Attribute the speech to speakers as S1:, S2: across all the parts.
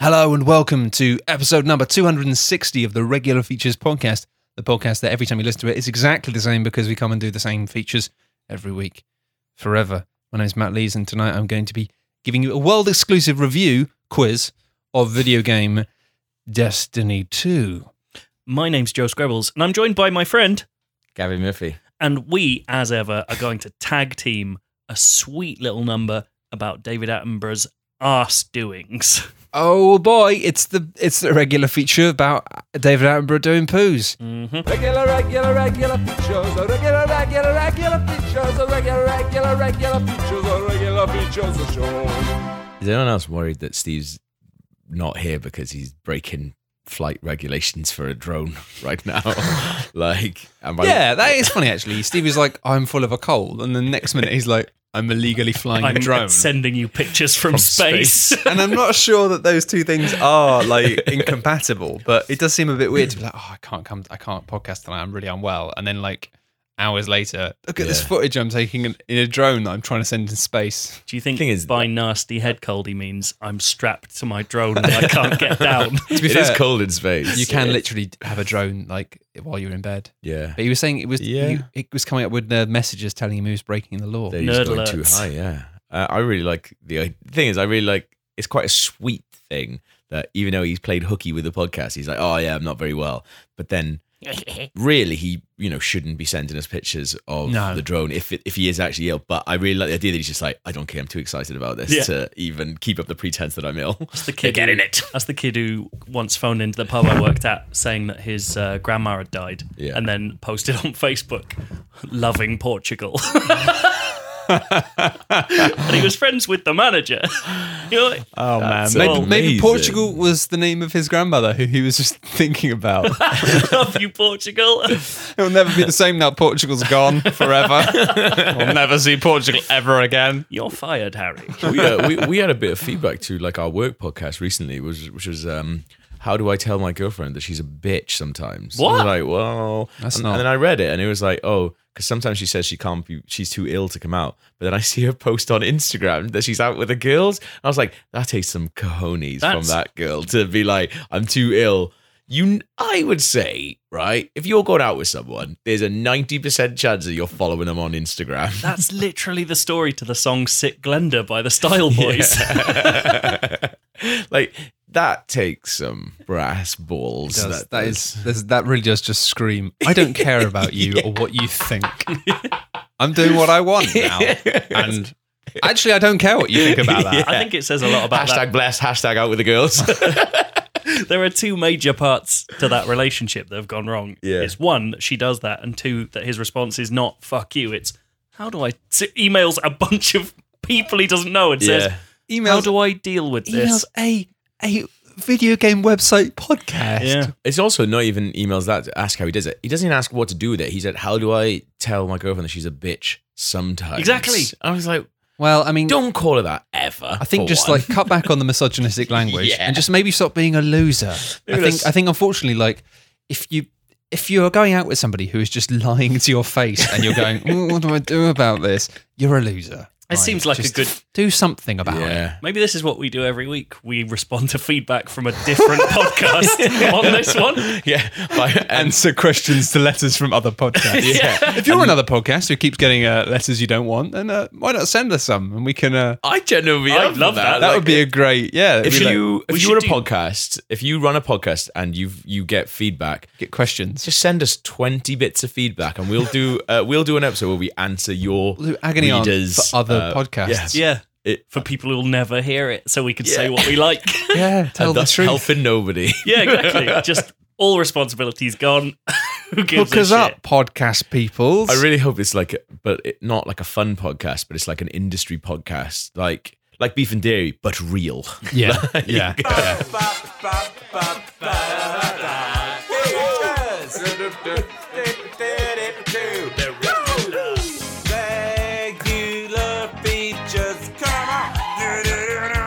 S1: Hello and welcome to episode number 260 of the Regular Features Podcast, the podcast that every time you listen to it, it's exactly the same because we come and do the same features every week forever. My name is Matt Lees, and tonight I'm going to be giving you a world exclusive review quiz of video game Destiny 2.
S2: My name's Joe Scribbles, and I'm joined by my friend.
S3: Gavin Murphy.
S2: And we, as ever, are going to tag team a sweet little number about David Attenborough's arse doings.
S1: Oh boy, it's the it's the regular feature about David Attenborough doing poos.
S4: Mm-hmm. Regular, regular, regular features. The regular, regular, regular features. The regular, regular, regular features. The regular features of show.
S3: Is anyone else worried that Steve's not here because he's breaking flight regulations for a drone right now? like, am I?
S1: Yeah, that is funny actually. Steve is like, I'm full of a cold, and the next minute he's like, I'm illegally flying
S2: I'm
S1: a drone.
S2: sending you pictures from,
S3: space.
S2: space.
S1: and I'm not sure that those two things are like incompatible, but it does seem a bit weird to be like, oh, I can't come, I can't podcast tonight. I'm really unwell. And then like hours later, look at this
S3: Yeah.
S1: footage I'm taking in, in a drone that I'm trying to send in space.
S2: Do you think
S3: Thing is-
S2: by nasty head cold he means I'm strapped to my drone and I can't get down?
S1: To be
S3: It is
S1: fair,
S3: cold in space.
S1: You can literally have a drone like while you're in bed.
S3: Yeah.
S1: But he was saying it was
S3: Yeah.
S1: you- it was coming up with uh, messages telling him he was breaking the law.
S3: They're just
S2: Nerd
S3: going too
S2: alerts.
S3: high. Yeah. Uh, I really like the i- thing is, I really like it's quite a sweet thing that even though he's played hooky with the podcast, he's like, oh, yeah, I'm not very well. But then really, he, you know, shouldn't be sending us pictures of
S1: No.
S3: the drone if it, if he is actually ill. But I really like the idea that he's just like, I don't care. I'm too excited about this
S2: Yeah.
S3: to even keep up the pretense that I'm ill.
S2: That's the kid.
S3: Get
S2: who-
S3: in it.
S2: That's the kid who once phoned into the pub I worked at saying that his uh, grandma had died,
S3: Yeah.
S2: and then posted on Facebook, "Loving Portugal." and he was friends with the manager. You're like,
S1: Oh
S3: That's
S1: man, maybe,
S3: amazing.
S1: maybe Portugal was the name of his grandmother who he was just thinking about.
S2: love you, Portugal.
S1: It'll never be the same now. Portugal's gone forever. we'll never see Portugal ever again.
S2: You're fired, Harry.
S3: we, uh, we we had a bit of feedback to like our work podcast recently, which which was um, how do I tell my girlfriend that she's a bitch sometimes? And I was
S2: What?
S3: like, well,
S1: That's
S3: and,
S1: not-
S3: And then I read it, and it was like, oh, because sometimes she says she can't be, she's too ill to come out. But then I see her post on Instagram that she's out with the girls. And I was like, that takes some cojones from
S2: That's-
S3: that girl to be like, I'm too ill. You, I would say, right? If you're going out with someone, there's a ninety percent chance that you're following them on Instagram.
S2: That's literally the story to the song "Sick Glenda" by the Style Boys.
S3: like that takes some brass balls.
S1: does.
S3: that
S1: that is this, that really does just scream. I don't care about you or what you think. I'm doing what I want now, and actually, I don't care what you think about that.
S2: I think it says a lot about
S3: hashtag
S2: that
S3: blessed. Hashtag out with the girls.
S2: there are two major parts to that relationship that have gone wrong.
S3: Yeah.
S2: It's one that she does that, and two that his response is not "fuck you." It's how do I so he emails a bunch of people he doesn't know and says, "How
S1: Emails,
S2: do I deal with
S1: emails
S2: this?"
S1: a a video game website podcast.
S2: Yeah,
S3: it's also not even emails that to ask how he does it. He doesn't even ask what to do with it. He said, "How do I tell my girlfriend that she's a bitch?" Sometimes
S2: Exactly.
S3: I was like,
S1: Well, I mean,
S3: "Don't call her that ever."
S1: I think just like cut back on the misogynistic language
S3: Yeah.
S1: and just maybe stop being a loser. I think
S3: Maybe that's-
S1: I think unfortunately, like if you if you're going out with somebody who is just lying to your face and you're going, "Oh, what do I do about this? You're a loser.
S2: It seems like a
S1: just
S2: good-
S1: do something about it.
S3: yeah.
S2: maybe this is what we do every week. We respond to feedback from a different podcast on this one.
S3: Yeah, Like, and
S1: Answer questions to letters from other podcasts.
S3: Yeah.
S1: If you're another podcast who keeps getting uh, letters you don't want, then uh, why not send us some and we can. Uh,
S3: I genuinely
S2: I'd love that.
S1: that would be a great yeah.
S3: if
S1: it'd be like-
S3: you
S2: we
S3: if
S2: should
S3: you were a
S2: do-
S3: podcast, if you run a podcast and you you get feedback,
S1: get questions,
S3: just send us 20 bits of feedback and we'll do uh, we'll do an episode where we answer your
S1: We'll do agony aunt
S3: readers
S1: for other
S3: uh,
S1: podcasts.
S3: yes.
S2: Yeah,
S3: It-
S2: for people who'll never hear it, so we can say
S3: Yeah.
S2: what we like.
S1: yeah, tell
S3: and
S1: the
S3: thus
S1: truth.
S3: helping nobody
S2: yeah, exactly. Just all responsibility's gone. Who gives
S1: Hook us
S2: a shit?
S1: up, podcast people.
S3: i really hope it's like but it, not like a fun podcast but it's like an industry podcast like like beef and dairy but real
S1: yeah, yeah.
S4: Regular features. Come on.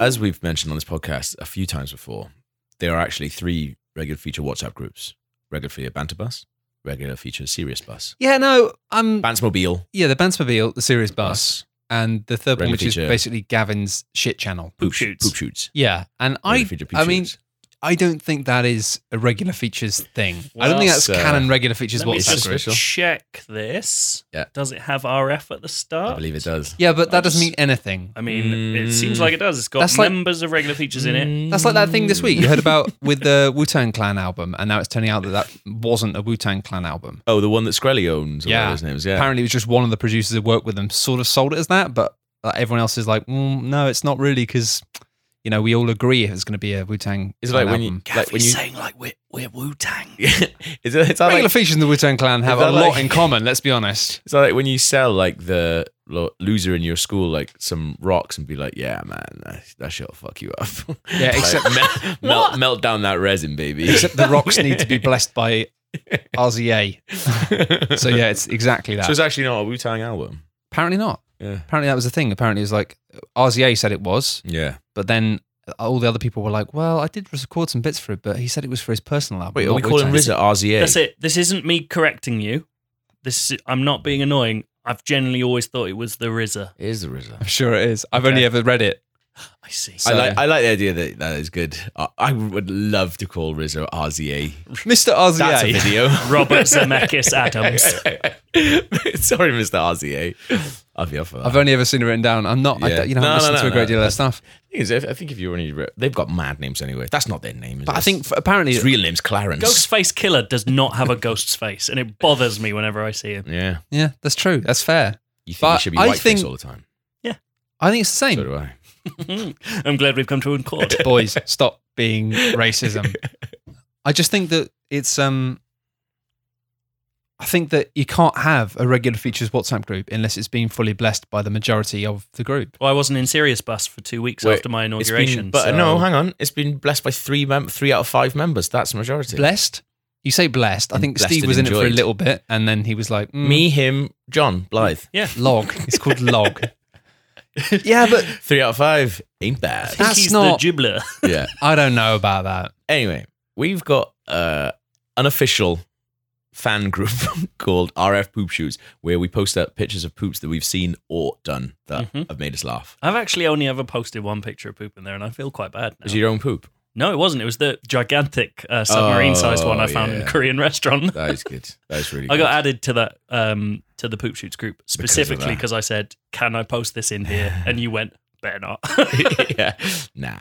S3: as we've mentioned on this podcast a few times before there are actually three regular feature whatsapp groups regular feature banter bus, regular feature serious bus,
S1: Yeah, no, um,
S3: Bantsmobile
S1: yeah, the Bantsmobile, the Serious Bus, and the third one,
S3: Regular
S1: which is
S3: feature.
S1: basically Gavin's shit channel.
S2: Poop shoots.
S3: poop shoots.
S1: Yeah, and I,
S3: Regular feature poop
S1: I mean,
S3: shoots.
S1: I don't think that is a regular features thing. I don't think
S3: Well, uh,
S1: that's
S3: sir.
S1: canon regular features
S2: Let me
S3: It's
S1: whatsoever.
S2: just
S3: official.
S2: check this.
S3: Yeah.
S2: Does it have RF at the start?
S3: I believe it does.
S1: Yeah, but
S2: I'll
S1: that doesn't
S2: just-
S1: mean anything.
S2: I mean,
S3: Mm.
S2: it seems like it does. It's got
S1: That's like-
S2: members of regular features in it.
S1: That's like that thing this week you heard about with the Wu Tang Clan album, and now it's turning out that that wasn't a Wu Tang Clan album.
S3: Oh, the one that Skrelly owns. Or
S1: Yeah.
S3: yeah, his name is. Yeah,
S1: Apparently, it was just one of the producers that worked with them sort of sold it as that, but uh, everyone else is like, mm, no, it's not really because you know we all agree if it's going to be a Wu Tang.
S3: is it like when you
S1: album.
S3: like when you
S2: saying like we're, we're Wu Tang.
S3: is it it's that
S1: regular
S3: like,
S1: features in the Wu Tang Clan have
S3: Is
S1: a
S3: that
S1: lot
S3: like-
S1: in common? Let's be honest.
S3: it's like when you sell like the lo- loser in your school like some rocks and be like, yeah, man, that, that shit'll fuck you up.
S1: Yeah,
S3: Like,
S1: except-
S3: melt, melt melt down that resin, baby.
S1: Except the rocks need to be blessed by RZA. So yeah, it's exactly that.
S3: So it's actually not a Wu Tang album.
S1: Apparently not.
S3: Yeah.
S1: Apparently that was the thing. Apparently it was like RZA said it was,
S3: Yeah.
S1: but then all the other people were like, "Well, I did record some bits for it, but he said it was for his personal album."
S3: Wait, are
S1: not
S3: we calling
S1: Wu-Tang."
S3: RZA RZA?
S2: That's it. This isn't me correcting you. This is, I'm not being annoying. I've generally always thought it was the RZA.
S3: It is the RZA.
S1: I'm sure it is. I've
S2: Okay.
S1: only ever read it.
S2: I see.
S1: So-
S3: I like I like the idea that that is good. I, I would love to call RZA RZA.
S1: Mr.
S3: That's a
S1: RZA.
S3: video.
S2: Robert Zemeckis Adams.
S3: Sorry, Mr. RZA. I'll be off for that.
S1: I've only ever seen it written down. I'm not, I
S3: Yeah.
S1: don't- you know, I
S3: No,
S1: haven't
S3: no,
S1: listened
S3: no,
S1: to a great
S3: no.
S1: deal of that stuff.
S3: Thing is, if- I think if you only re- they've got mad names anyway. That's not their name. Is
S1: But I
S3: it?
S1: think f apparently,
S3: his real name's Clarence.
S2: Ghostface Killer does not have a ghost's face, and it bothers me whenever I see him.
S3: Yeah,
S1: yeah, that's true. That's fair.
S3: you think
S1: But
S3: he should be
S1: I
S3: whiteface
S1: think-
S3: all the time.
S1: I think it's the
S3: So
S1: same.
S3: do I.
S2: I'm glad we've come to an accord.
S1: Boys, stop being racism. I just think that it's um. I think that you can't have a regular features WhatsApp group unless it's being fully blessed by the majority of the group.
S2: Well, I wasn't in Sirius Bus for two weeks
S3: Wait,
S2: after my
S3: It's
S2: inauguration.
S3: been, but uh,
S2: so-
S3: no, hang on. It's been blessed by three mem- three out of five members. That's the majority.
S1: Blessed? You say blessed. I
S3: And
S1: think
S3: blessed
S1: Steve
S3: and
S1: was in it for a
S3: enjoyed.
S1: little bit, and then he was like, mm,
S3: Me, him, John, Blythe.
S2: yeah,
S1: log." It's called log. yeah, but
S3: Three out of five ain't
S2: I
S3: bad.
S2: think
S1: That's
S2: he's
S1: not-
S2: the gibbler.
S3: yeah.
S1: I don't know about that.
S3: anyway, we've got uh, an official fan group called RF Poop Shoots, where we post up pictures of poops that we've seen or done that
S2: Mhm.
S3: have made us laugh.
S2: I've actually only ever posted one picture of poop in there, and I feel quite bad. Now.
S3: Is it your own poop?
S2: No, it wasn't. It was the gigantic uh, submarine-sized one I
S3: Oh,
S2: found in
S3: yeah.
S2: a Korean restaurant.
S3: That is good. That is really.
S2: I
S3: good.
S2: got added to that um, to the poop shoots group
S3: of
S2: specifically
S3: that.
S2: because I said, "Can I post this in here?" And you went, "Better not."
S3: yeah. Nah,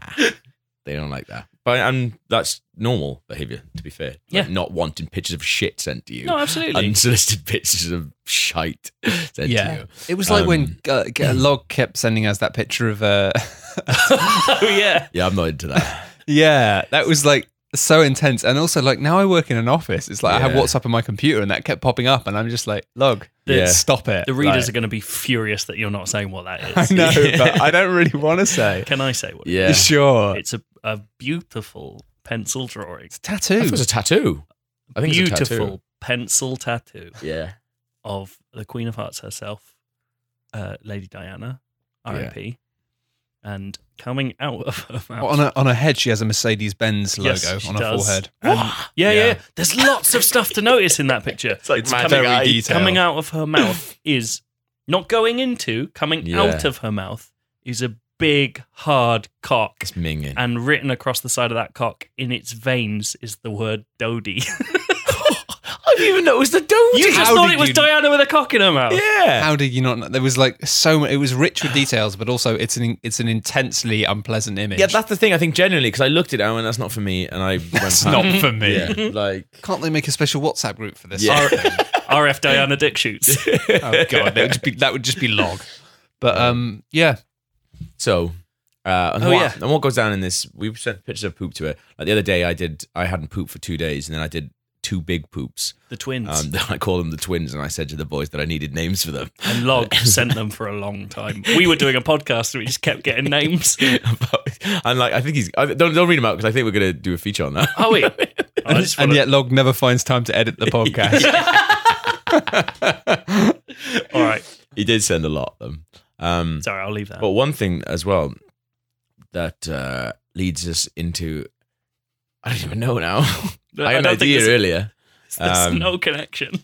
S3: they don't like that. But and that's normal behavior. To be fair, Like,
S2: Yeah.
S3: Not wanting pictures of shit sent to you.
S2: no, absolutely.
S3: Unsolicited pictures of shite sent
S1: Yeah.
S3: to you.
S1: It was like when
S3: Um,
S1: uh, G- Log kept sending us that picture of. Uh,
S2: oh yeah.
S3: Yeah, I'm not into that.
S1: yeah, that was like so intense. And also, like, now I work in an office. It's like I have
S3: Yeah.
S1: WhatsApp on my computer and that kept popping up. And I'm just like, Log,
S2: The-
S3: Yeah.
S1: stop it.
S2: The readers are
S1: Like,
S2: going to be furious that you're not saying what that is.
S1: I know,
S3: Yeah.
S1: but I don't really want to say.
S2: Can I say what? it
S3: Yeah.
S2: is?
S1: Sure.
S2: It's a, a beautiful pencil drawing.
S1: It's a tattoo.
S3: I thought it was a tattoo. I think
S2: beautiful
S3: It's a tattoo.
S2: pencil tattoo
S3: Yeah.
S2: of the Queen of Hearts herself, uh, Lady Diana, R.I.P. And coming out of her mouth.
S1: on, a, on her head, she has a Mercedes Benz logo
S2: Yes, she
S1: on her
S2: does.
S1: forehead.
S2: And- yeah, yeah,
S1: Yeah.
S2: yeah. There's lots of stuff to notice in that picture.
S3: like
S1: It's
S3: mad
S1: coming
S3: very
S1: out-
S3: detailed.
S2: Coming out of her mouth is not going into, coming
S3: Yeah.
S2: out of her mouth is a big, hard cock.
S3: It's minging.
S2: And written across the side of that cock in its veins is the word Dodie.
S3: I didn't even know it was the Doge.
S2: you just
S1: How
S2: thought
S1: did
S2: it was
S1: you-
S2: Diana with a cock in her mouth.
S3: yeah.
S1: How did you not? know? There was like so. Much, it was rich with details, but also it's an it's an intensely unpleasant image.
S3: Yeah, that's the thing. I think generally because I looked at it, I went, "That's not for me," and I
S1: That's
S3: went,
S1: not
S3: past.
S1: for me.
S3: Yeah, like
S1: Can't they make a special WhatsApp group for this?
S3: Yeah.
S2: RF Diana dick shoots.
S1: oh god, that would just be that would just be log. But um, yeah,
S3: so. Uh, and,
S2: Oh,
S3: what,
S2: yeah.
S3: and what goes down in this? We sent pictures of poop to her. Like the other day, I did. I hadn't pooped for two days, and then I did two big poops.
S2: The twins.
S1: Oh,
S3: Um, then I called them the twins, and I said to the boys that I needed names for them.
S2: and Log sent them for a long time. We were doing a podcast and we just kept getting names.
S3: But- and like, I think he's. I, don't don't read them out because I think we're gonna do a feature on that.
S2: Oh, wait. I just
S1: and
S2: wanna-
S1: yet log never finds time to edit the podcast.
S2: All right.
S3: he did send a lot of them. Um,
S2: Sorry, I'll leave that.
S3: But one thing as well that uh, leads us into I don't even know now. I
S2: I
S3: had an
S2: don't think
S3: idea
S2: this-
S3: earlier.
S2: There's
S3: Um,
S2: no connection.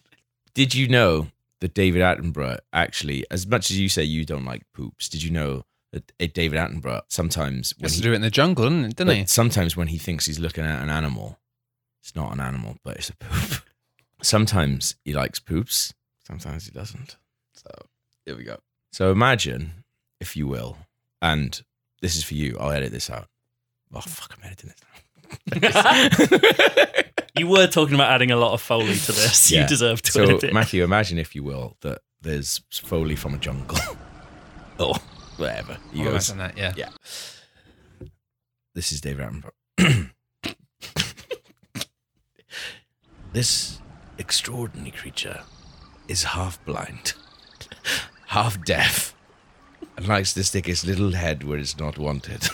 S3: Did you know that David Attenborough actually, as much as you say you don't like poops, did you know that uh, David Attenborough sometimes when
S1: Has
S3: he,
S1: to do it in the jungle, didn't it? Didn't
S3: but sometimes when he thinks he's looking at an animal, it's not an animal, but it's a poop. sometimes he likes poops, sometimes he doesn't. So here we go. So imagine, if you will, and this is for you. I'll edit this out. Oh fuck! I'm editing this. Now.
S2: You were talking about adding a lot of foley to this.
S3: Yeah.
S2: You deserve to
S3: So,
S2: edit it.
S3: Matthew, imagine, if you will, that there's Foley from a jungle. oh, whatever. He
S1: he?
S2: Oh,
S3: goes,
S1: Imagine that, yeah.
S3: Yeah. This is David Attenborough. this extraordinary creature is half blind, half deaf, and likes to stick his little head where it's not wanted.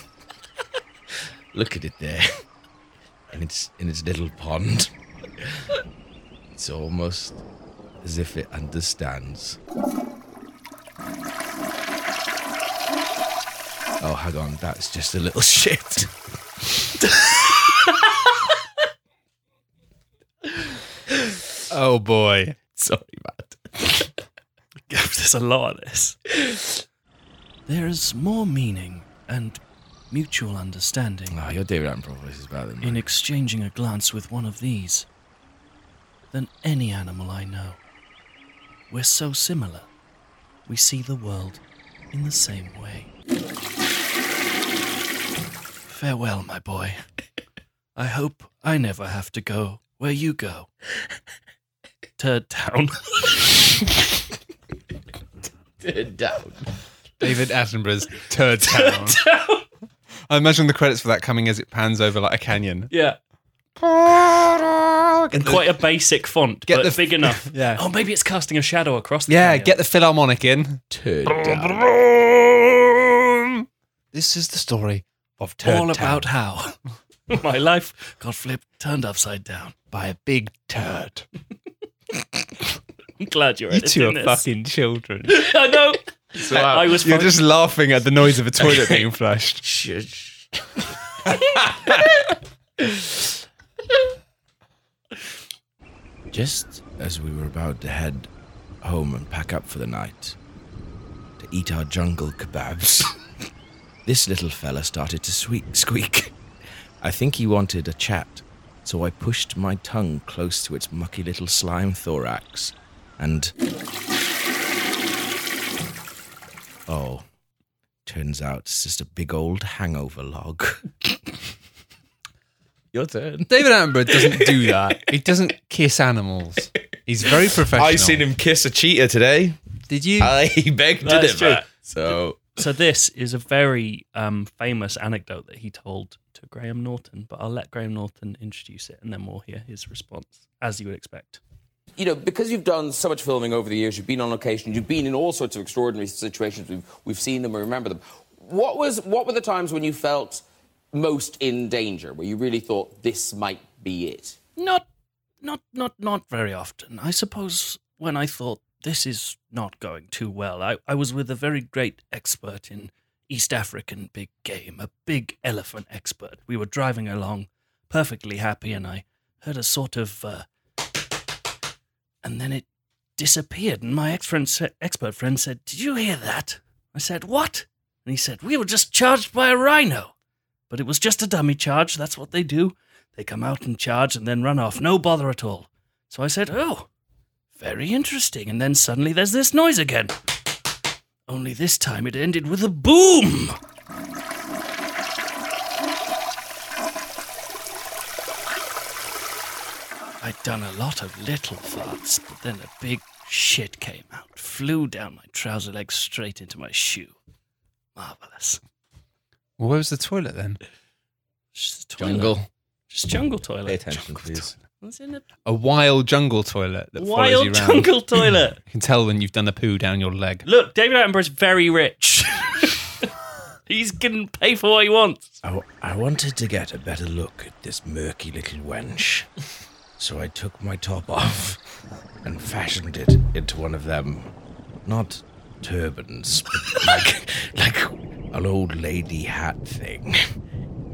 S3: Look at it there. And it's in its little pond. It's almost as if it understands. Oh, hang on, that's just a little shit.
S1: Oh boy.
S3: Sorry, Matt.
S2: There's a lot of this. There is more meaning and mutual understanding
S3: No, your David Attenborough voice is better than mine.
S5: in exchanging a glance with one of these than any animal I know. We're so similar. We see the world in the same way. Farewell, my boy. I hope I never have to go where you go. Turd town.
S3: down.
S1: David Attenborough's Turd Town. I imagine the credits for that coming as it pans over like a canyon.
S2: Yeah.
S1: Yeah,
S2: In quite a basic font,
S1: Get
S2: but
S1: the-
S2: big enough.
S1: Yeah.
S2: Oh, maybe it's casting a shadow across the canyon.
S1: get the Philharmonic in.
S3: Turd down.
S1: This is the story of Turd
S5: All
S1: Town.
S5: about how
S2: my life.
S5: got flipped, turned upside down.
S1: by a big turd.
S2: I'm glad you're
S1: You
S2: editing
S1: two are
S2: this.
S1: fucking children.
S2: I know. I, I was
S1: You're
S2: fine.
S1: just laughing at the noise of a toilet being flushed.
S3: Shush. Just as we were about to head home and pack up for the night to eat our jungle kebabs, this little fella started to squeak. squeak. I think he wanted a chat, so I pushed my tongue close to its mucky little slime thorax and. Oh. Turns out it's just a big old hangover log. Your turn.
S1: David Attenborough doesn't do that. He doesn't kiss animals. He's very professional.
S3: I seen him kiss a cheetah today.
S1: Did you?
S3: I begged to
S2: That's
S3: differ.
S2: true.
S3: So
S2: So this is a very um, famous anecdote that he told to Graham Norton, but I'll let Graham Norton introduce it, and then we'll hear his response, as you would expect.
S6: you know, because you've done so much filming over the years, you've been on location, you've been in all sorts of extraordinary situations. We've, we've seen them, we remember them. What was what were the times when you felt most in danger, where you really thought this might be it?
S5: Not, not, not, not very often. I suppose when I thought this is not going too well, I, I was with a very great expert in East African big game, a big elephant expert. We were driving along, perfectly happy, and I heard a sort of, uh, and then it disappeared. And my ex-friend, sa- expert friend said, "Did you hear that?" I said, "What?" And he said, "We were just charged by a rhino." But it was just a dummy charge. That's what they do. They come out and charge and then run off. No bother at all. So I said, Oh, very interesting. And then suddenly there's this noise again. Only this time it ended with a boom. I'd done a lot of little farts, but then a big shit came out, flew down my trouser leg straight into my shoe. Marvelous.
S1: Well, where was the toilet then?
S5: Just toilet.
S3: jungle.
S2: Just jungle
S3: Pay
S2: toilet.
S3: attention, please.
S2: It's in a
S1: A wild jungle toilet that follows you
S2: wild
S1: around.
S2: jungle toilet.
S1: You can tell when you've done a poo down your leg.
S2: Look, David Attenborough's very rich. He's gonna pay for what he wants.
S3: I, w- I wanted to get a better look at this murky little wench, so I took my top off and fashioned it into one of them, not turbans, but like like an old lady hat thing.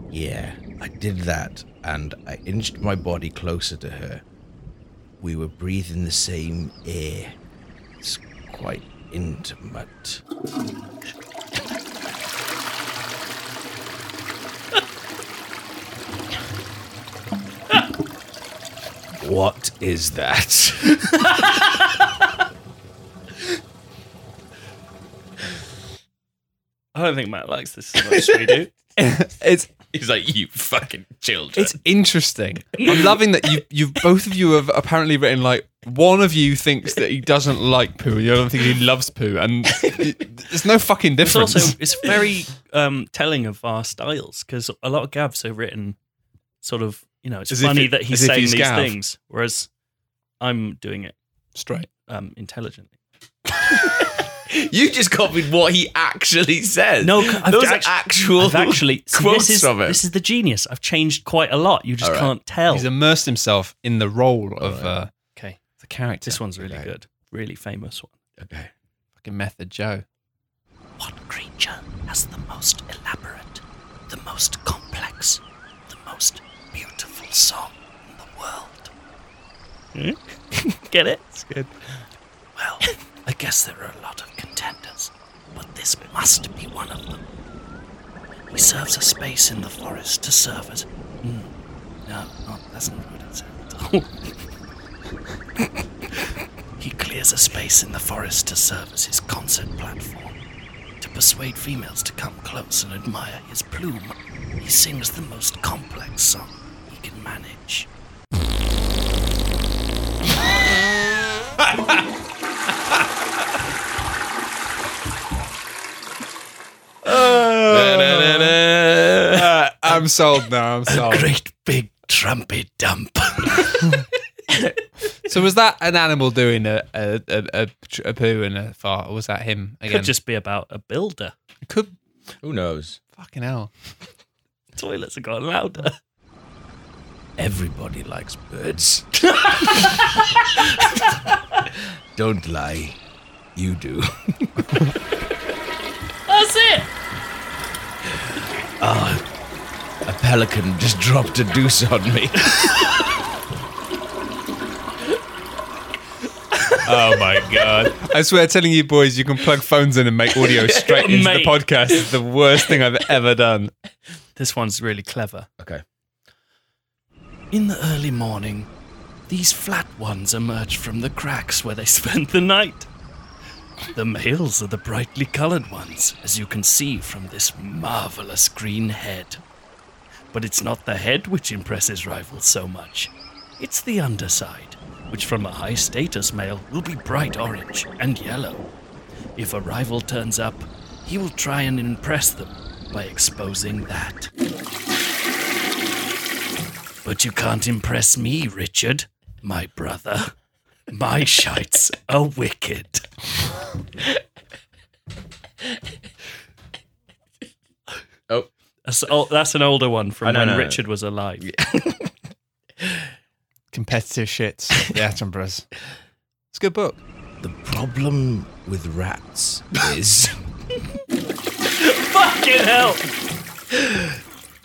S3: Yeah, I did that, and I inched my body closer to her. we were breathing the same air. It's quite intimate. what is that?
S7: I don't think Matt likes this as much as we do.
S1: It's
S6: He's like, you fucking children.
S1: it's interesting. I'm loving that you you both of you have apparently written like one of you thinks that he doesn't like poo, and the other thinks he loves poo, and it- there's no fucking
S7: It's
S1: difference.
S7: also it's very um, telling of our styles because a lot of Gavs are written sort of you know it's
S1: As if
S7: funny
S1: it-
S7: that he's
S1: as if
S7: saying
S1: he's
S7: these
S1: Gav.
S7: things, whereas I'm doing it
S1: straight.
S7: um, intelligently.
S6: You just copied what he actually said.
S7: No, c- I've
S6: those
S7: actu-
S6: are actual,
S7: I've actually see,
S6: quotes
S7: this is
S6: from it.
S7: this is the genius. I've changed quite a lot. You just
S6: All right.
S7: can't tell.
S1: He's immersed himself in the role of uh,
S7: okay,
S1: the character.
S7: this one's really good, really famous one.
S6: okay.
S1: uh, fucking method, Joe.
S2: What creature has the most elaborate, the most complex, the most beautiful song in the world?
S7: Get it?
S2: Well, I guess there are a lot of contenders, but this must be one of them. He serves a space in the forest to serve it. Hmm. No, no, that's not what it sounds at all. he clears a space in the forest to serve as his concert platform. To persuade females to come close and admire his plume, he sings the most complex song he can manage.
S6: Uh, um,
S1: I'm sold now. I'm sold.
S2: Great big trumpet dump.
S1: So was that an animal doing a a, a, a, a poo and a fart, or was that him again?
S7: Could just be about a builder.
S1: could
S6: Who knows?
S1: fucking hell.
S7: Toilets have gotten louder.
S3: Everybody likes birds. Don't lie. You do.
S2: That's it!
S3: A pelican just dropped a deuce on me.
S6: Oh my god.
S1: I swear, telling you boys, you can plug phones in and make audio straight into the
S7: Mate.
S1: podcast is the worst thing I've ever done.
S7: This one's really clever.
S6: okay.
S2: In the early morning, these flat ones emerge from the cracks where they spend the night. The males are the brightly colored ones, as you can see from this marvelous green head. But it's not the head which impresses rivals so much, it's the underside, which from a high status male will be bright orange and yellow. If a rival turns up, he will try and impress them by exposing that. But you can't impress me, Richard, my brother. My shites are wicked.
S6: Oh.
S7: That's, oh, that's an older one
S6: I
S7: from
S6: know,
S7: when
S6: no, no.
S7: Richard was alive.
S1: Competitive shits. The Attenboroughs. It's a good book.
S3: The problem with rats is
S7: Fucking hell!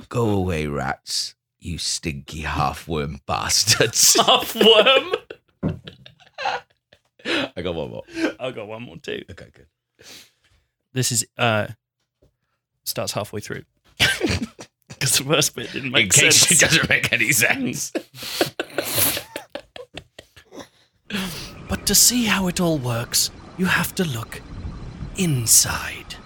S3: go away, rats, you stinky half worm bastards.
S7: Half worm.
S6: I got one more.
S7: I got one more too.
S6: Okay, good.
S7: This is uh starts halfway through because the first bit didn't
S6: In
S7: make
S6: case it
S7: sense.
S6: doesn't make any sense.
S2: But to see how it all works, you have to look inside.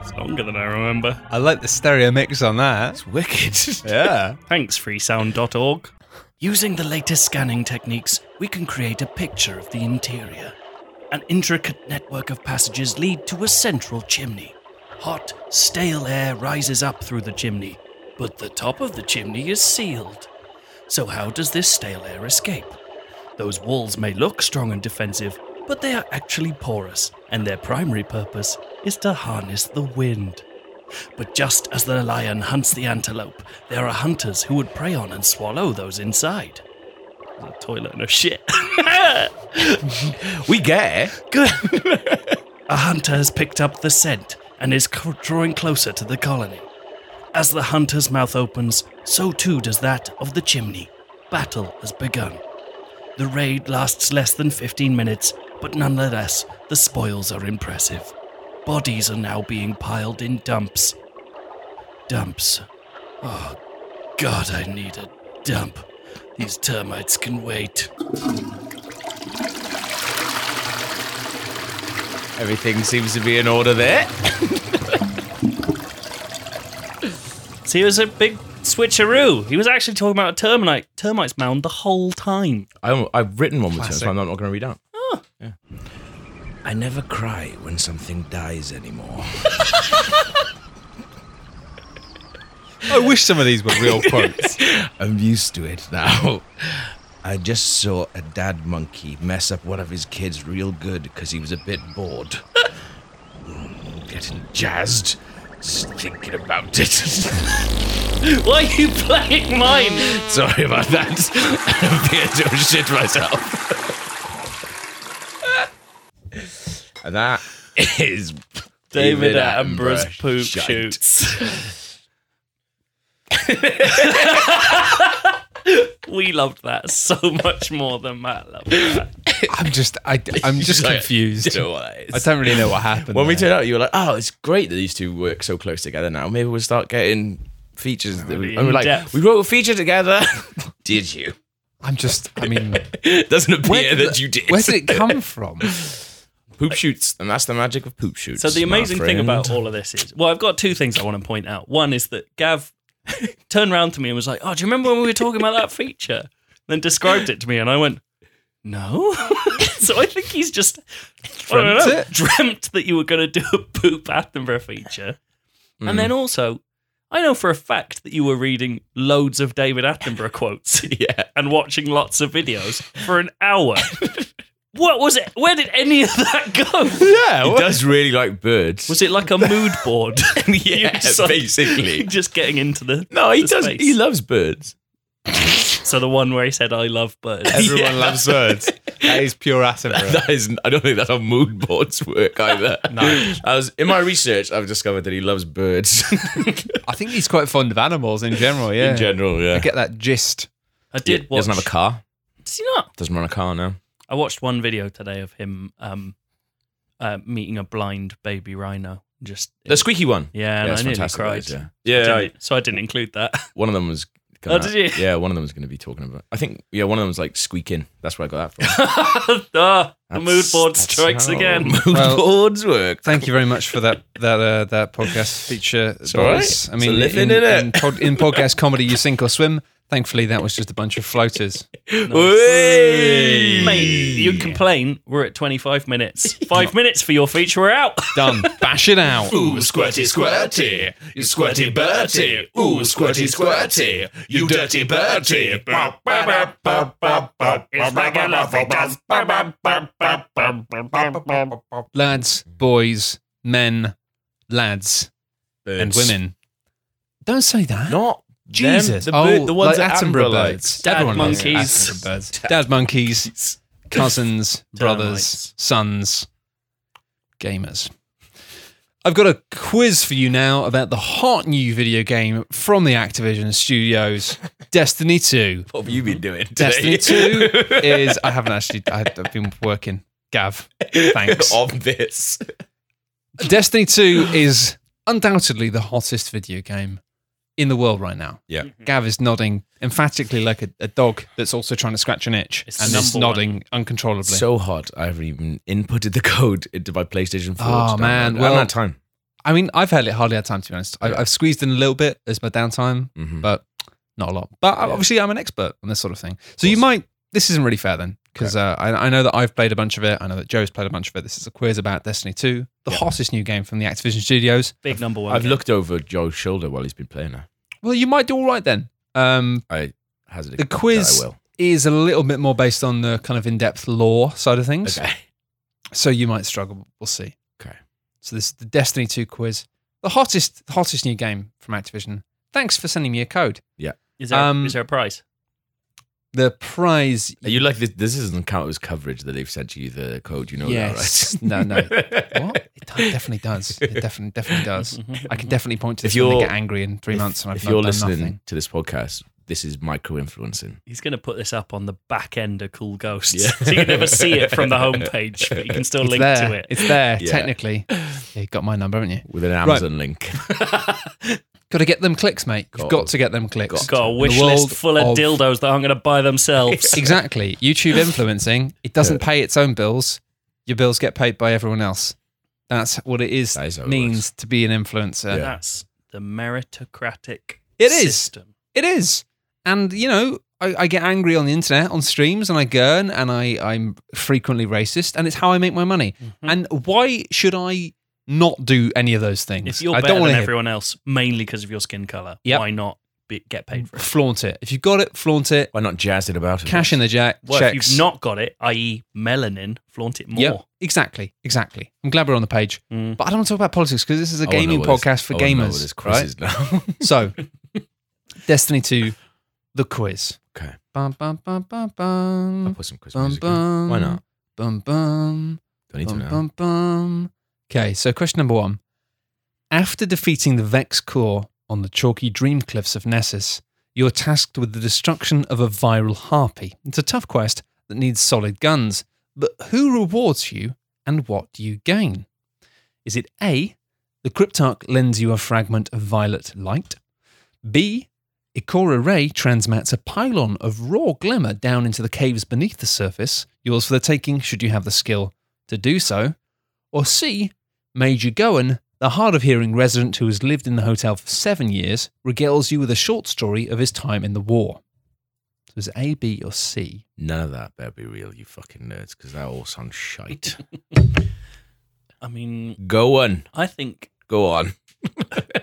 S7: It's longer than I remember.
S1: I like the stereo mix on that.
S3: It's wicked.
S1: Yeah.
S7: Thanks, freesound.org.
S2: Using the latest scanning techniques, we can create a picture of the interior. An intricate network of passages lead to a central chimney. Hot, stale air rises up through the chimney, but the top of the chimney is sealed. So, how does this stale air escape? Those walls may look strong and defensive, but they are actually porous, and their primary purpose is to harness the wind. But just as the lion hunts the antelope, there are hunters who would prey on and swallow those inside.
S7: The toilet and a shit.
S3: We get it.
S5: Good. a hunter has picked up the scent and is co- drawing closer to the colony. As the hunter's mouth opens, so too does that of the chimney. Battle has begun. The raid lasts less than 15 minutes, but nonetheless, the spoils are impressive. Bodies are now being piled in dumps. Dumps. Oh, God, I need a dump. These termites can wait.
S3: Everything seems to be in order there.
S2: See, it was a big switcheroo. He was actually talking about a termite, termite's mound the whole time.
S3: I, I've written one with terms, but I'm not going to read out.
S8: I never cry when something dies anymore.
S1: I wish some of these were real quotes.
S8: I'm used to it now. I just saw a dad monkey mess up one of his kids real good because he was a bit bored. Mm, Getting jazzed. Just thinking about it.
S2: Why are you playing mine?
S8: Sorry about that. I appear to have shit myself.
S3: And that is
S2: David Attenborough's
S3: Attenborough
S2: poop
S3: shite.
S2: shoots. we loved that so much more than Matt loved that.
S1: I'm just, I, I'm just
S3: Like,
S1: confused.
S3: You know what that is?
S1: I don't really know what happened.
S3: when we
S1: there.
S3: turned out, you were like, "Oh, it's great that these two work so close together now. Maybe we'll start getting features." That we, and we're like,
S2: in-depth.
S3: "We wrote a feature together." did you?
S1: I'm just, I mean,
S3: Doesn't appear
S1: where did
S3: that
S1: the-
S3: you did.
S1: Where did it come from?
S3: poop shoots, and that's the magic of poop shoots.
S2: So the
S3: my
S2: amazing thing about
S3: friend.
S2: all of this is, well, I've got two things I want to point out. One is that Gav turned round to me and was like, "Oh, do you remember when we were talking about that feature?" Then described it to me, and I went, "No." so I think he's just I don't know, dreamt that you were going to do a poop Attenborough feature,
S3: Hmm.
S2: and then also. I know for a fact that you were reading loads of David Attenborough quotes
S3: yeah,
S2: and watching lots of videos for an hour. what was it? Where did any of that go?
S3: yeah, he does really like birds.
S2: Was it like a mood board? You
S3: yeah,
S2: just, like,
S3: basically.
S2: just getting into the
S3: No, he
S2: the
S3: does.
S2: space.
S3: He loves birds.
S2: so the one where he said, "I love birds."
S1: Everyone loves birds. That is pure Attenborough.
S3: That is, I don't think that's how mood boards work either.
S1: No.
S3: I was in my research. I've discovered that he loves birds
S1: I think he's quite fond of animals in general. Yeah,
S3: in general. Yeah,
S1: I get that gist.
S2: I did
S3: He
S2: watch.
S3: doesn't have a car.
S2: Does he not?
S3: Doesn't run a car now.
S2: I watched one video today of him um, uh, meeting a blind baby rhino. Just
S3: The squeaky one.
S2: yeah, and I nearly cried.
S3: Yeah,
S2: I
S3: yeah.
S2: didn't- so I didn't include that.
S3: one of them was.
S2: Oh, did you?
S3: Yeah, one of them was going to be talking about. I think. Yeah, one of them was like squeaking. That's where I got that from.
S2: Ah, the mood
S3: That's-
S2: board
S3: that's
S2: strikes
S3: how
S2: again.
S3: Mood
S1: Well-
S3: boards work.
S1: Thank you very much for that that uh, that podcast feature,
S3: all right.
S1: Boris.
S3: It's a living,
S1: in,
S3: innit?
S1: in pod- in podcast comedy, you sink or swim. Thankfully, that was just a bunch of floaters.
S3: Hey!
S2: Mate, you complain. We're at 25 minutes. Five minutes for your feature. We're out.
S1: Done. Bash it out.
S9: Ooh, squirty, squirty. You squirty, birty. Ooh, squirty, squirty. You dirty, birty. It's regular figures.
S1: lads, boys, men, lads, and
S3: Birds.
S1: women. Don't say that.
S3: Not
S1: Jesus. Oh,
S3: Them, the, bird, the ones
S1: like
S3: that Oh, Attenborough likes.
S2: Dad
S1: Everyone loves
S2: monkeys.
S1: Attenborough birds. Dad monkeys, cousins, brothers,
S2: Termites.
S1: sons, gamers. I've got a quiz for you now about the hot new video game from the Activision studios, Destiny 2.
S3: What have you been doing
S1: Destiny
S3: today?
S1: 2 is. I haven't actually. I- I've been working. Gav, thanks.
S3: of this.
S1: Destiny 2 is undoubtedly the hottest video game in the world right now.
S3: Yeah.
S2: Mm.
S1: Gav is nodding emphatically like a, a dog that's also trying to scratch an itch
S2: It's
S1: and is
S2: number one.
S1: nodding uncontrollably.
S3: So hot. I haven't even inputted the code into my PlayStation 4.
S1: Oh,
S3: to
S1: man,
S3: download. I
S1: well-
S3: haven't had time.
S1: I mean, I've hardly, hardly had time to be honest. I, I've squeezed in a little bit as my downtime,
S3: Mhm.
S1: but not a lot. But
S3: Yeah.
S1: obviously, I'm an expert on this sort of thing. So you might. This isn't really fair then, because uh, I, I know that I've played a bunch of it. I know that Joe's played a bunch of it. This is a quiz about Destiny 2, the hottest new game from the Activision Studios.
S2: Big number one.
S3: I've looked over Joe's shoulder while he's been playing her.
S1: Well, you might do all right then. Um,
S3: I hazard a
S1: The
S3: guess that
S1: quiz-
S3: I will.
S1: is a little bit more based on the kind of in-depth lore side of things.
S3: Okay.
S1: So you might struggle. We'll see.
S3: Okay.
S1: So this is the Destiny 2 quiz. The hottest hottest new game from Activision. Thanks for sending me a code.
S2: Is there,
S1: Um,
S2: is there a prize?
S1: The prize.
S3: Are you like this? This doesn't count as coverage that they've sent you the code. You know
S1: yes. no, no. What? It do- definitely does. It definitely, definitely does. I can definitely point to
S3: If
S1: this when I
S3: you're-
S1: get angry in three
S3: that, right?
S1: months and I've
S3: if
S1: not
S3: you're
S1: done
S3: listening
S1: nothing.
S3: to this podcast, this is micro influencing.
S2: He's going to put this up on the back end of Cool Ghosts. so you can never see it from the homepage, but you can still
S1: It's
S2: link
S1: there.
S2: to it.
S1: It's there,
S3: Yeah.
S1: technically. Yeah, you got my number, haven't you?
S3: With an Amazon link.
S1: Got to get them clicks, mate. You've
S3: Got-
S1: got to get them clicks.
S3: got-
S2: Got a
S1: The
S2: wish list
S1: world
S2: full of, dildos that aren't going to buy themselves.
S1: Exactly. YouTube influencing, it doesn't pay its own bills. Your bills get paid by everyone else. That's what it is,
S3: That is how it
S1: means
S3: works.
S1: to be an influencer.
S3: Yeah.
S2: That's the meritocratic
S1: It is.
S2: system.
S1: It is. And, you know, I, I get angry on the internet, on streams, and I gurn, and I, I'm frequently racist, and it's how I make my money. And why should I not do any of those things?
S2: Mm-hmm. If you're
S1: I
S2: better
S1: don't
S2: than
S1: want to
S2: everyone else, mainly because of your skin color,
S1: Yep.
S2: why not be, get paid for it?
S1: flaunt it. If you've got it, flaunt it.
S3: Why not jazz it about? it?
S1: Cash in the jack,
S2: Well,
S1: checks.
S2: if you've not got it, i.e., melanin, flaunt it more.
S1: Yeah, exactly, exactly. I'm glad we're on the page,
S2: Mm.
S1: but I don't want to talk about politics because this is a
S3: I wanna know
S1: gaming
S3: what this-
S1: podcast for
S3: I wanna know what
S1: gamers,
S3: this quiz
S1: right?
S3: is now.
S1: So, Destiny Two, the quiz.
S3: Okay.
S1: Bum bum bum bum
S3: I'll
S1: bum.
S3: put some quiz
S1: Bum
S3: music. in.
S1: bum.
S3: Why not?
S1: Bum bum
S3: Don't need to
S1: bum
S3: know.
S1: bum bum. Okay, so question number one: After defeating the Vex Core on the chalky dream cliffs of Nessus, you're tasked with the destruction of a viral harpy. It's a tough quest that needs solid guns, but who rewards you and what do you gain? Is it A, the Cryptarch lends you a fragment of violet light? B, Ikora Ray transmats a pylon of raw glimmer down into the caves beneath the surface, yours for the taking should you have the skill to do so? Or C, Major Goen, the hard of hearing resident who has lived in the hotel for seven years, regales you with a short story of his time in the war. So is it A, B, or C?
S3: None of that better be real, you fucking nerds, because that all sounds shite.
S2: I mean,
S3: go on.
S2: I think.
S3: Go on.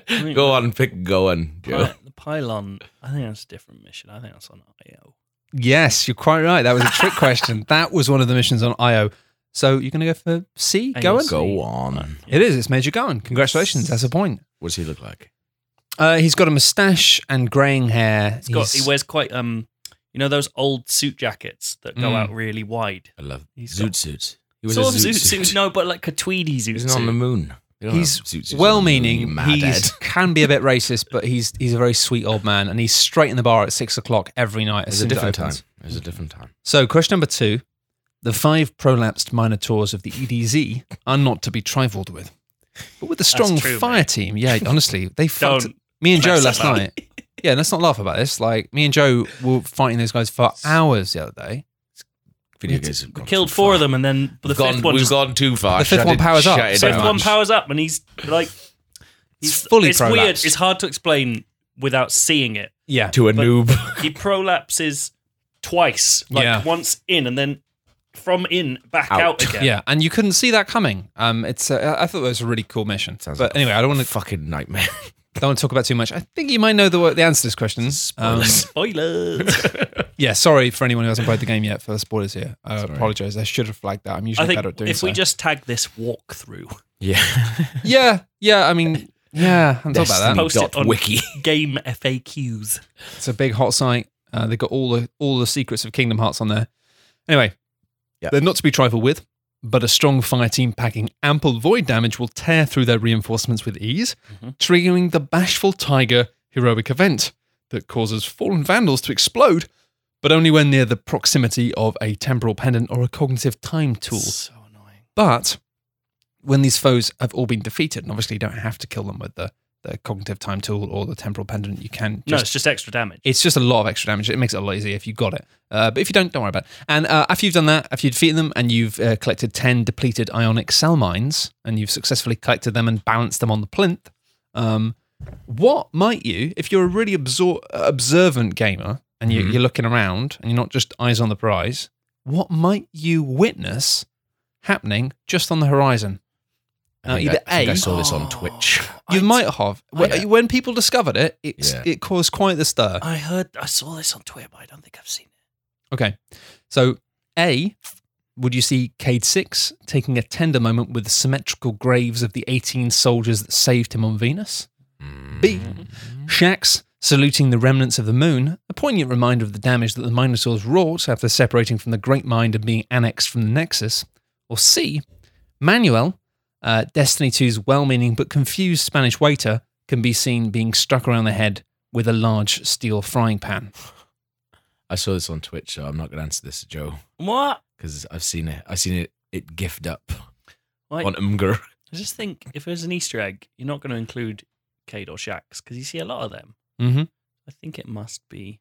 S2: I mean,
S3: Go on, pick go on,
S2: pi-
S3: Joe.
S2: The pylon, I think that's a different mission. I think that's on IO.
S1: Yes, you're quite right. That was a trick question. That was one of the missions on IO. So you're going to go for C,
S2: I
S1: Goen?
S2: guess.
S3: Go on.
S1: It is. It's Major Goen. Congratulations. That's a point.
S3: What does he look like?
S1: Uh, he's got a moustache and greying hair.
S2: He's got,
S1: He's-
S2: he wears quite, um, you know, those old suit jackets that go
S1: Mm.
S2: out really wide.
S3: I love
S2: He's
S3: zoot suit. He was
S2: Sort of
S3: a
S2: zoot
S3: zoot
S2: suit. No, but like a tweedy zoot
S3: He
S2: suit.
S3: was on the moon. They don't
S1: He's
S3: have zoot suits on the moon, you
S1: well-meaning.
S3: mad
S1: He
S3: head.
S1: can be a bit racist, but he's he's a very sweet old man, and he's straight in the bar at six o'clock every night. As
S3: It's
S1: soon as
S3: a
S1: it
S3: different time.
S1: opens.
S3: It's a different time.
S1: So, question number two: the five prolapsed minotaurs of the EDZ are not to be trifled with, but with the strong
S2: true,
S1: fire team. Yeah, honestly, they fucked
S2: Don't
S1: me and Joe
S2: mess
S1: last
S2: about.
S1: night. Yeah, let's not laugh about this. Like me and Joe were fighting those guys for hours the other day.
S3: Video games have gone
S2: Killed
S3: too
S2: four
S3: far.
S2: of them, and then the
S3: We've
S2: fifth
S3: gone,
S2: one
S3: we've
S2: just
S3: gone too far.
S1: The fifth
S3: Shut
S1: one
S3: it-
S1: powers up.
S3: shut it
S1: So
S2: Fifth
S3: down.
S2: one powers up, and he's like, he's
S1: fully
S2: It's weird.
S1: prolapsed.
S2: It's hard to explain without seeing it.
S1: Yeah,
S3: to a noob.
S2: He prolapses twice, like
S1: Yeah.
S2: once in, and then from in back out,
S3: Out.
S2: again.
S1: yeah, and you couldn't see that coming. Um, it's uh, I thought that was a really cool mission.
S3: Sounds
S1: but
S3: like a
S1: anyway, I don't want to
S3: fucking nightmare.
S1: don't want to talk about too much. I think you might know the the answer to this question. Um,
S2: Spoilers.
S1: yeah, sorry for anyone who hasn't played the game yet for the spoilers here. I apologize. I should have flagged that. I'm
S2: I
S1: usually
S2: think
S1: better at doing
S2: if
S1: so.
S2: we just tag this walkthrough,
S3: Yeah.
S1: yeah, yeah. I mean, yeah. I'm talking about that.
S2: Post it
S3: Dot
S2: on
S3: wiki.
S2: game FAQs.
S1: It's a big hot site. Uh, they've got all the all the secrets of Kingdom Hearts on there. Anyway,
S3: Yeah.
S1: they're not to be trifled with, but a strong fire team packing ample void damage will tear through their reinforcements with ease, triggering the bashful tiger heroic event that causes fallen vandals to explode, but only when near the proximity of a temporal pendant or a cognitive time tool.
S2: So annoying.
S1: But when these foes have all been defeated, and obviously you don't have to kill them with the, the cognitive time tool or the temporal pendant, you can
S2: no,
S1: just
S2: it's just extra damage.
S1: it's just a lot of extra damage. It makes it a lot easier if you got it. Uh, but if you don't, don't worry about it. And uh, after you've done that, after you've defeated them and you've uh, collected 10 depleted ionic cell mines and you've successfully collected them and balanced them on the plinth, um, what might you, if you're a really absor- observant gamer and
S3: Mm-hmm.
S1: you, you're looking around and you're not just eyes on the prize, what might you witness happening just on the horizon? Now,
S3: I think
S1: Uh, either
S3: I, I think
S1: A-
S3: I saw this on Twitch.
S1: You might have.
S2: Oh,
S1: When,
S3: Yeah.
S1: when people discovered it, it's,
S3: Yeah.
S1: it caused quite the stir.
S2: I heard, I saw this on Twitter, but I don't think I've seen it.
S1: Okay. So, A, would you see Cade 6 taking a tender moment with the symmetrical
S2: Mm.
S1: graves of the 18 soldiers that saved him on Venus? B, Shax Saluting the remnants of the moon, a poignant reminder of the damage that the Minotaurs wrought after separating from the Great Mind and being annexed from the Nexus. Or C, Manuel, uh, Destiny 2's well meaning but confused Spanish waiter, can be seen being struck around the head with a large steel frying pan.
S3: I saw this on Twitch, so I'm not going to answer this, Joe,
S2: What?
S3: because I've seen it. I've seen it. It gift up
S2: Like,
S3: on Umgar.
S2: I just think if there's an Easter egg, you're not going to include Cade or Shax because you see a lot of them.
S1: Mm-hmm.
S2: I think it must be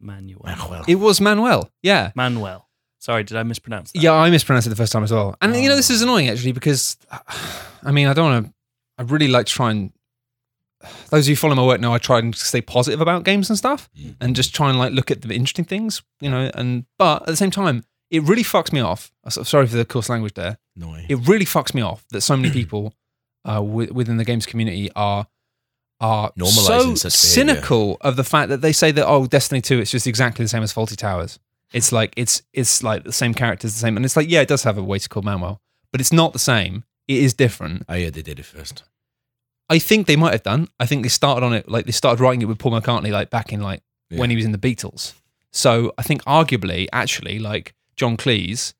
S2: Manuel.
S1: It was Manuel, yeah.
S2: Manuel. Sorry, did I mispronounce that?
S1: Yeah, I mispronounced it the first time as well. And you know, this is annoying actually because, I mean, I don't want to. I really like to try and. Those who follow my work know I try and stay positive about games and stuff, and just try and like look at the interesting things, you know. And but at the same time, it really fucks me off. I'm so- Sorry for the coarse language there.
S3: No.
S1: It really fucks me off that so many people uh, wi- within the games community are are
S3: Normalising
S1: so
S3: such behaviour.
S1: cynical of the fact that they say that oh, Destiny Two, it's just exactly the same as Faulty Towers. It's like it's it's like the same characters, the same, and it's like yeah, it does have a waiter called Manuel, but it's not the same. It is different.
S3: I heard Oh, they did it first. Oh,
S1: I think they might have done. I think they started on it like they started writing it with Paul McCartney like back in like
S3: Yeah.
S1: when he was in the Beatles. So I think arguably, actually, like John Cleese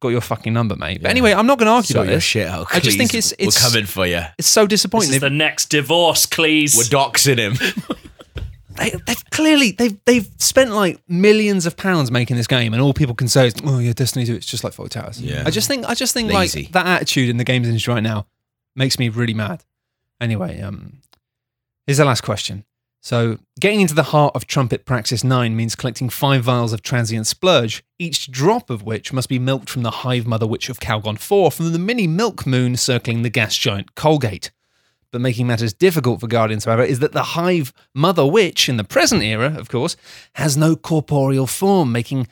S1: got your fucking number, mate. But
S3: Yeah.
S1: anyway, I'm not going to argue
S3: Sort
S1: about
S3: your
S1: this.
S3: shit out.
S1: I just think
S3: please.
S1: it's- it's-
S3: we're coming for you.
S1: It's so
S2: This
S1: disappointing.
S2: is
S1: They've,
S2: the next divorce, please.
S3: We're doxing him.
S1: they, they've clearly they've they've spent like millions of pounds making this game, and all people can say is, "Oh yeah, Destiny 2, It's just like Fog Towers."
S3: Yeah.
S1: I just think I just think
S3: Lazy.
S1: like that attitude in the games industry right now makes me really mad. Anyway, um, here's the last question. So, getting into the heart of Trumpet Praxis 9 means collecting five vials of transient splurge, each drop of which must be milked from the Hive Mother Witch of Calgon 4 from the mini milk moon circling the gas giant Colgate. But making matters difficult for Guardians, however, is that the Hive Mother Witch, in the present era, of course, has no corporeal form, making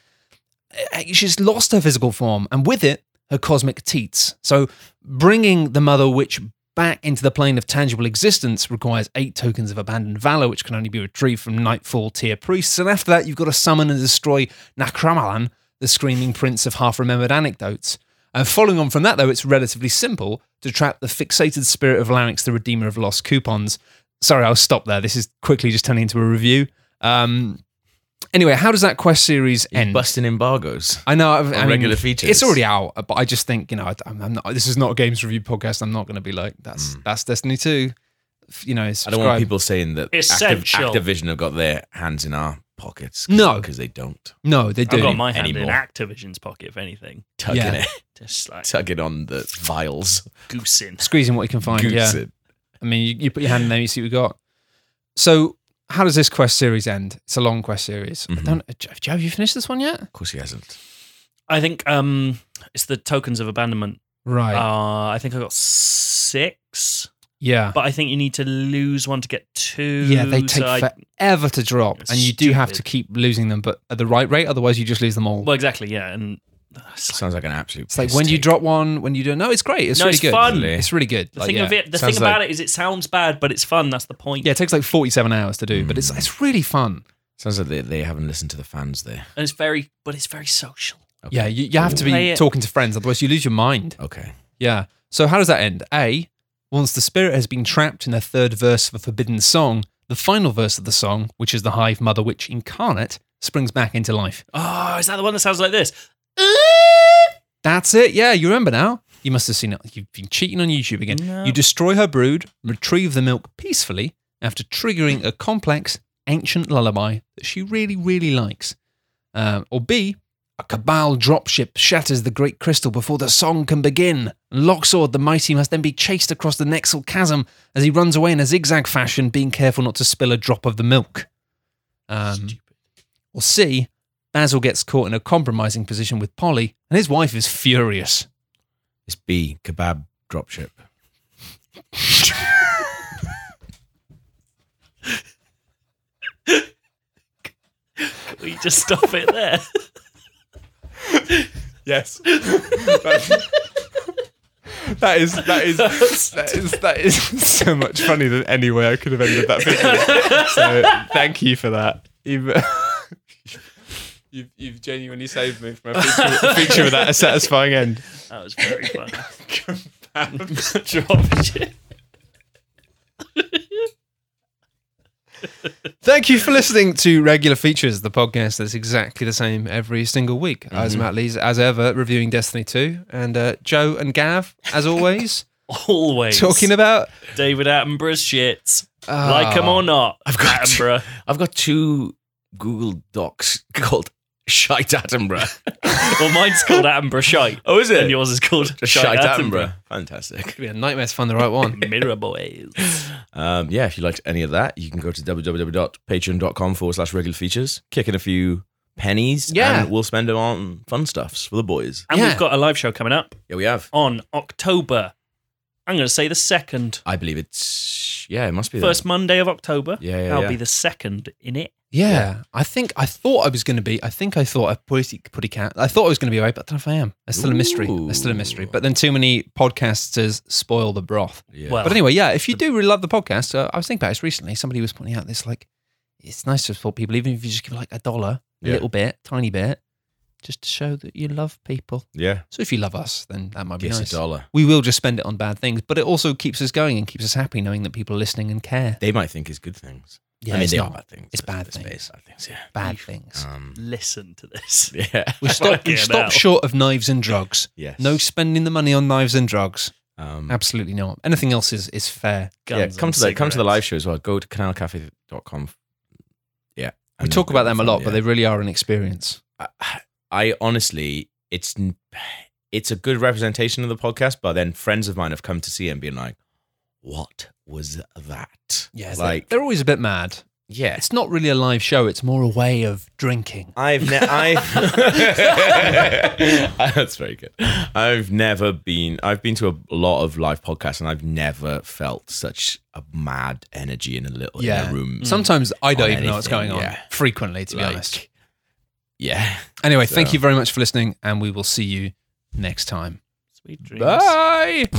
S1: uh, she's lost her physical form and with it her cosmic teats. So bringing the mother witch back into the plane of tangible existence requires eight tokens of abandoned valor, which can only be retrieved from Nightfall tier priests. And after that, you've got to summon and destroy Nakramalan, the screaming prince of half remembered anecdotes. And following on from that, though, it's relatively simple to trap the fixated spirit of Larynx, the redeemer of lost coupons. Sorry, I'll stop there. This is quickly just turning into a review. Um, anyway, how does that quest series end?
S3: Busting embargoes.
S1: I know. I've, I mean,
S3: regular features.
S1: It's already out, but I just think you know, I, I'm, I'm not. This is not a games review podcast. I'm not going to be like that's
S2: Hmm.
S1: that's Destiny two. F- You know,
S3: I don't
S1: subscribe.
S3: want people saying that Activ-
S2: Essential.
S3: Activision have got their hands in our pockets.
S1: No.
S3: because they don't.
S1: No, they
S2: I've
S1: do.
S2: got my hand
S3: anymore.
S2: in Activision's pocket, if anything.
S3: Tugging
S1: Yeah.
S3: it,
S2: Just like
S3: tugging on the vials.
S2: goose in.
S1: Squeezing what you can find.
S3: Goots
S1: yeah.
S3: it.
S1: I mean, you, you put your hand in there, you see what we got. So, how does this quest series end? It's a long quest series. I
S2: Mm-hmm.
S3: Mhm.
S1: don't. Joe, Joe, have you finished this one yet?
S3: Of course, he hasn't.
S2: I think um, it's the tokens of abandonment.
S1: Right.
S2: Uh, I think I got six,
S1: yeah.
S2: but I think you need to lose one to get two.
S1: Yeah, they take
S2: so I-
S1: forever to drop,
S2: It's
S1: and you do have to
S2: stupid.
S1: keep losing them, but at the right rate. Otherwise, you just lose them all.
S2: well, exactly. Yeah, and it's like-
S3: Sounds like an absolute.
S1: it's like when you
S3: piss take.
S1: drop one, when you do no, it's great. It's
S2: No,
S1: really
S2: it's
S1: good.
S2: fun.
S1: It's really good.
S2: the
S1: Like,
S2: thing
S1: yeah.
S2: of it, the
S3: Sounds
S2: thing about
S3: like-
S2: it is, it sounds bad, but it's fun. That's the point.
S1: Yeah, it takes like 47 hours to do, but it's it's really fun.
S3: Sounds like they, they haven't listened to the fans there.
S2: and it's very, but it's very social.
S3: Okay.
S1: Yeah, you, you have to
S2: Play
S1: be
S2: it.
S1: talking to friends, otherwise you lose your mind.
S3: Okay.
S1: Yeah. So how does that end? A, once the spirit has been trapped in the third verse of a forbidden song, the final verse of the song, which is the Hive Mother Witch incarnate, springs back into life.
S2: Oh, is that the one that sounds like this?
S1: That's it. Yeah, you remember now. You must have seen it. You've been cheating on YouTube again. You destroy her brood, retrieve the milk peacefully after triggering a complex, ancient lullaby that she really, really likes. Um, or B, a cabal dropship shatters the great crystal before the song can begin. Locksword the mighty must then be chased across the Nexal chasm as he runs away in a zigzag fashion, being careful not to spill a drop of the milk. Um, or C, Basil gets caught in a compromising position with Polly, and his wife is furious.
S3: It's B kebab dropship.
S2: We just stop it there.
S3: Yes.
S1: That is that is that is that is so much funnier than any way I could have ended that video. So thank you for that. You've you've, you've genuinely saved me from a feature, feature with that a satisfying end.
S2: That was very fun. Drop shit.
S1: Thank you for listening to Regular Features, the podcast that's exactly the same every single week. I was Matt Lees, as ever, reviewing Destiny 2, and uh, Joe and Gav, as always,
S2: Always
S1: talking about.
S2: David Attenborough's shits. like him or not, I've
S10: got-
S2: Attenborough.
S10: I've got two Google Docs called Shite Attenborough.
S2: well, mine's called Attenborough Shite.
S10: Oh, is it?
S2: And yours is called Shite,
S10: Shite
S2: Attenborough.
S10: Attenborough. Fantastic.
S1: Could be a nightmare to find the right one.
S2: Mirror Boys.
S10: Um, yeah, if you liked any of that, you can go to www.patreon.com forward slash regular features, kick in a few pennies,
S1: Yeah.
S10: and we'll spend them on fun stuffs for the boys.
S2: And
S1: Yeah.
S2: we've got a live show coming up
S10: Yeah, we have.
S2: on October. I'm going to say the second.
S10: I believe it's, yeah, it must be
S2: First Monday of October.
S10: Yeah, yeah,
S2: I'll
S10: yeah.
S2: be the second in it.
S1: Yeah, I think I thought I was going to be. I think I thought I putty putty cat. I thought I was going to be away, but I don't know if I am. It's still a mystery. It's still a mystery. But then too many podcasters spoil the broth.
S10: Yeah.
S2: Well,
S1: But anyway, yeah, if you do really love the podcast, uh, I was thinking about this recently. Somebody was pointing out this like, it's nice to support people, even if you just give like a dollar, a
S10: Yeah.
S1: little bit, tiny bit, just to show that you love people.
S10: Yeah.
S1: So if you love us, then that might be
S10: Yes,
S1: nice.
S10: a dollar.
S1: We will just spend it on bad things, but it also keeps us going and keeps us happy knowing that people are listening and care.
S10: They might think is good things.
S1: Yeah,
S10: I mean,
S1: it's
S10: they
S1: not
S10: are bad things.
S1: it's
S10: but
S1: bad things.
S10: It's bad things, yeah.
S1: bad things.
S10: Um,
S2: listen to this.
S10: yeah.
S1: We stop, we
S2: Fucking
S1: stop
S2: hell.
S1: short of knives and drugs.
S10: Yes.
S1: No spending the money on knives and drugs.
S10: Um,
S1: Absolutely not. Anything else is, is fair.
S10: yeah,
S2: Guns
S10: come
S2: and
S10: to the come to the
S2: cigarettes.
S10: live show as well. Go to canalcafe.com. Yeah.
S1: We talk about them a lot, but they really are an experience.
S10: I, I honestly, it's n- it's a good representation of the podcast. But then friends of mine have come to see it and been like, "What was that?" like
S1: they're always a bit mad.
S10: yeah.
S1: It's not really a live show, it's more a way of drinking.
S10: I've ne- I that's very good. I've never been. I've been to a lot of live podcasts, and I've never felt such a mad energy in a little in
S1: Yeah. Mm.
S10: a room.
S1: Sometimes I don't
S10: On
S1: even know what's
S10: anything,
S1: going on.
S10: yeah.
S1: Frequently, to be
S10: Like,
S1: honest.
S10: yeah.
S1: Anyway, thank
S10: So-
S1: you very much for listening, and we will see you next time.
S2: Sweet dreams.
S1: Bye.